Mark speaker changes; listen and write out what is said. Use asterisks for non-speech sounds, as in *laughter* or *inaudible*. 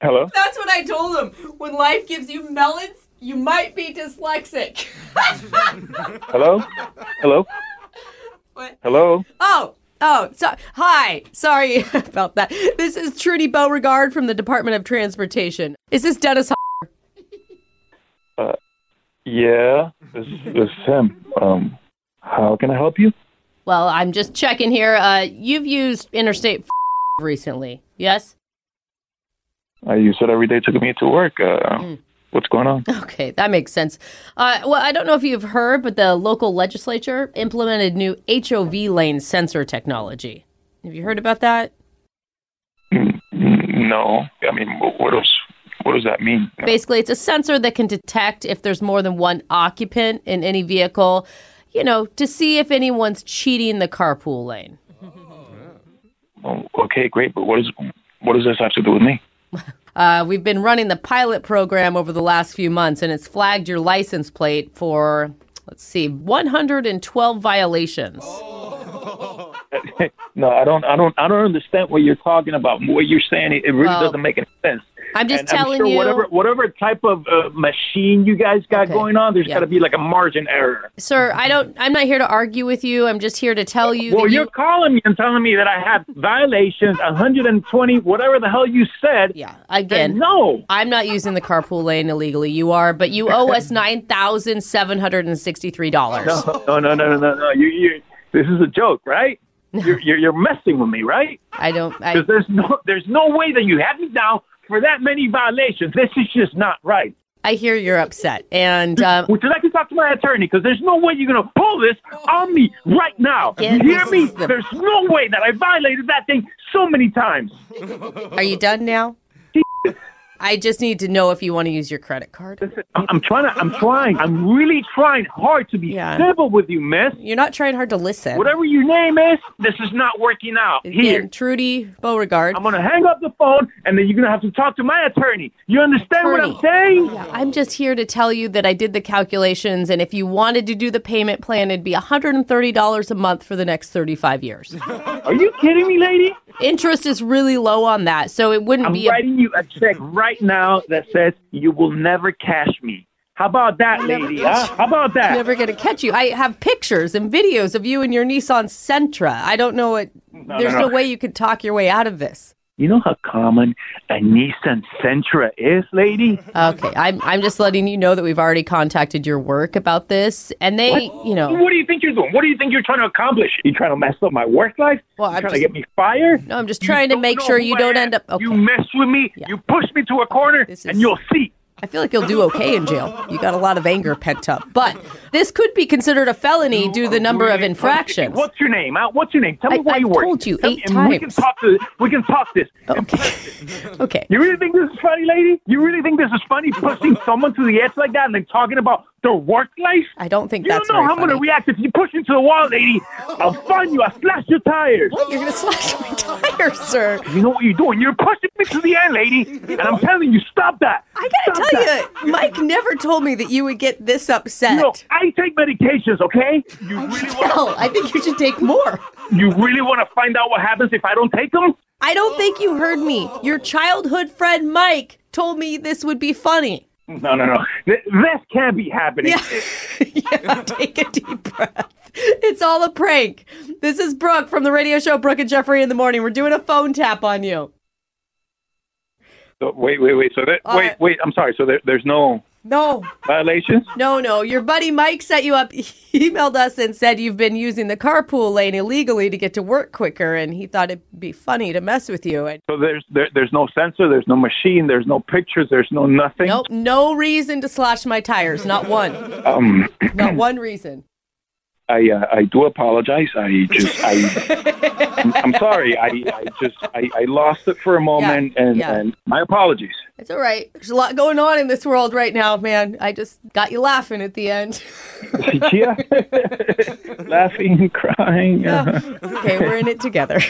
Speaker 1: Hello?
Speaker 2: That's what I told him. When life gives you melons, you might be dyslexic. *laughs*
Speaker 1: Hello? Hello?
Speaker 2: What?
Speaker 1: Hello?
Speaker 2: Oh, oh, so, hi. Sorry *laughs* about that. This is Trudy Beauregard from the Department of Transportation. Is this Dennis? Ho-
Speaker 1: Yeah, this, this is him. Um, how can I help you?
Speaker 2: Well, I'm just checking here. Uh, you've used Interstate recently, yes?
Speaker 1: I use it Uh, every day to commute to work. Uh,
Speaker 2: Mm.
Speaker 1: What's going on?
Speaker 2: Okay, that makes sense. Uh, well, I don't know if you've heard, but the local legislature implemented new HOV lane sensor technology. Have you heard about that?
Speaker 1: No, I mean, wh- what else? What does that mean?
Speaker 2: Basically, it's a sensor that can detect if there's more than one occupant in any vehicle, you know, to see if anyone's cheating the carpool lane.
Speaker 1: Oh, okay, great, but what is what does this have to do with me?
Speaker 2: Uh, we've been running the pilot program over the last few months, and it's flagged your license plate for, let's see, 112 violations.
Speaker 1: Oh. No, I don't, I don't, I don't understand what you're talking about. What you're saying, it, it really
Speaker 2: Well,
Speaker 1: doesn't make any sense.
Speaker 2: I'm just
Speaker 1: and
Speaker 2: telling
Speaker 1: I'm sure
Speaker 2: you.
Speaker 1: whatever whatever type of uh, machine you guys got
Speaker 2: Okay.
Speaker 1: going on, there's
Speaker 2: Yeah.
Speaker 1: got to be like a margin error.
Speaker 2: Sir, I don't. I'm not here to argue with you. I'm just here to tell you.
Speaker 1: Well,
Speaker 2: that
Speaker 1: you're
Speaker 2: you,
Speaker 1: calling me and telling me that I have violations, 120, whatever the hell you said.
Speaker 2: yeah.
Speaker 1: And
Speaker 2: Again, *laughs*
Speaker 1: no,
Speaker 2: I'm not using the carpool lane illegally. You are, but you owe
Speaker 1: *laughs*
Speaker 2: us nine thousand seven hundred and sixty-three dollars.
Speaker 1: no, no, no, no, no, no. You, you, this is a joke, right? You're, you're, you're messing with me, right?
Speaker 2: I don't. I,
Speaker 1: Because there's no, there's no way that you have me down for that many violations. This is just not right.
Speaker 2: I hear you're upset, and um, *laughs*
Speaker 1: Would you like to talk to my attorney? Because there's no way you're going to pull this on me right now.
Speaker 2: Yeah,
Speaker 1: you hear
Speaker 2: this
Speaker 1: me?
Speaker 2: is the-
Speaker 1: There's no way that I violated that thing so many times.
Speaker 2: are you done *laughs* now? I just need to know if you want to use your credit card.
Speaker 1: I'm, I'm trying to, I'm trying, I'm really trying hard to be
Speaker 2: Yeah.
Speaker 1: civil with you, miss.
Speaker 2: You're not trying hard to listen.
Speaker 1: Whatever your name is, this is not working out. Here,
Speaker 2: Again, Trudy Beauregard.
Speaker 1: I'm gonna hang up the phone, and then you're gonna have to talk to my attorney. You understand
Speaker 2: Attorney.
Speaker 1: what I'm saying?
Speaker 2: I'm just here to tell you that I did the calculations, and if you wanted to do the payment plan, it'd be $130 a month for the next 35 *laughs* years.
Speaker 1: Are you kidding me, lady?
Speaker 2: Interest is really low on that, so it wouldn't
Speaker 1: I'm
Speaker 2: be. *laughs* A,
Speaker 1: writing you a check right now that says you will never cash me. How about that, lady? huh? How about that?
Speaker 2: never going to catch you. I have pictures and videos of you and your Nissan Sentra. I don't know what. there's
Speaker 1: no.
Speaker 2: no, way you could talk your way out of this.
Speaker 1: You know how common a Nissan Sentra is, lady?
Speaker 2: Okay, I'm I'm just letting you know that we've already contacted your work about this, and they, you know,
Speaker 1: What do you think you're doing? What do you think you're trying to accomplish? You trying to mess up my work life?
Speaker 2: Well,
Speaker 1: you
Speaker 2: I'm
Speaker 1: trying
Speaker 2: just-
Speaker 1: to get me fired?
Speaker 2: no, I'm just trying to
Speaker 1: don't
Speaker 2: make
Speaker 1: know
Speaker 2: sure
Speaker 1: who
Speaker 2: you
Speaker 1: I
Speaker 2: don't
Speaker 1: am.
Speaker 2: end up. Okay,
Speaker 1: You mess with me, you push me to a corner,
Speaker 2: This is-
Speaker 1: and you'll see.
Speaker 2: I feel like you'll do okay in jail. You got a lot of anger pent up, but this could be considered a felony due to the number of infractions.
Speaker 1: What's your name? Huh? What's your name? Tell me
Speaker 2: I-
Speaker 1: where
Speaker 2: I've
Speaker 1: you work.
Speaker 2: told you
Speaker 1: Tell me-
Speaker 2: eight
Speaker 1: and We can
Speaker 2: times. Oh.
Speaker 1: talk to. We can talk this.
Speaker 2: Okay, okay.
Speaker 1: You really think this is funny, lady? You really think this is funny?
Speaker 2: *laughs*
Speaker 1: Pushing someone to the edge like that and then talking about their work life?
Speaker 2: I don't think
Speaker 1: You
Speaker 2: that's
Speaker 1: don't know
Speaker 2: very
Speaker 1: how I'm
Speaker 2: funny.
Speaker 1: gonna react if you push me to the wall, lady.
Speaker 2: *laughs*
Speaker 1: I'll find you. I'll slash your tires.
Speaker 2: You're gonna slash my tires, sir.
Speaker 1: You know what you're doing? You're pushing me to the end,
Speaker 2: *laughs*
Speaker 1: lady. And I'm telling you, stop that.
Speaker 2: I gotta
Speaker 1: Stop
Speaker 2: tell
Speaker 1: that.
Speaker 2: you, Mike never told me that you would get this upset.
Speaker 1: You know, I take medications, okay? You really want
Speaker 2: Hell, I think you should take more.
Speaker 1: you really want to find out what happens if I don't take them?
Speaker 2: I don't think you heard me. Your childhood friend Mike told me this would be funny.
Speaker 1: No, no,
Speaker 2: *laughs*
Speaker 1: no. Th- This can't be happening.
Speaker 2: Yeah, *laughs* yeah take a deep breath. It's all a prank. This is Brooke from the radio show Brooke and Jeffrey in the Morning. We're doing a phone tap on you.
Speaker 1: So, wait, wait, wait. So that,
Speaker 2: All
Speaker 1: wait,
Speaker 2: right.
Speaker 1: wait. I'm sorry. So there, there's no
Speaker 2: No,
Speaker 1: violations.
Speaker 2: no, no. Your buddy Mike set you up. *laughs* He emailed us and said you've been using the carpool lane illegally to get to work quicker, and he thought it'd be funny to mess with you. And
Speaker 1: So there's there, there's no sensor. There's no machine. There's no pictures. There's no nothing.
Speaker 2: nope, no reason to slash my tires. Not one.
Speaker 1: Um,
Speaker 2: Not one reason.
Speaker 1: I uh, I do apologize. I just I I'm sorry. I, I just I, I lost it for a moment,
Speaker 2: Yeah,
Speaker 1: and
Speaker 2: yeah.
Speaker 1: and my apologies.
Speaker 2: It's all right. There's a lot going on in this world right now, man. I just got you laughing at the end. *laughs*
Speaker 1: yeah, *laughs* laughing, crying. uh-huh.
Speaker 2: *laughs* okay, we're in it together.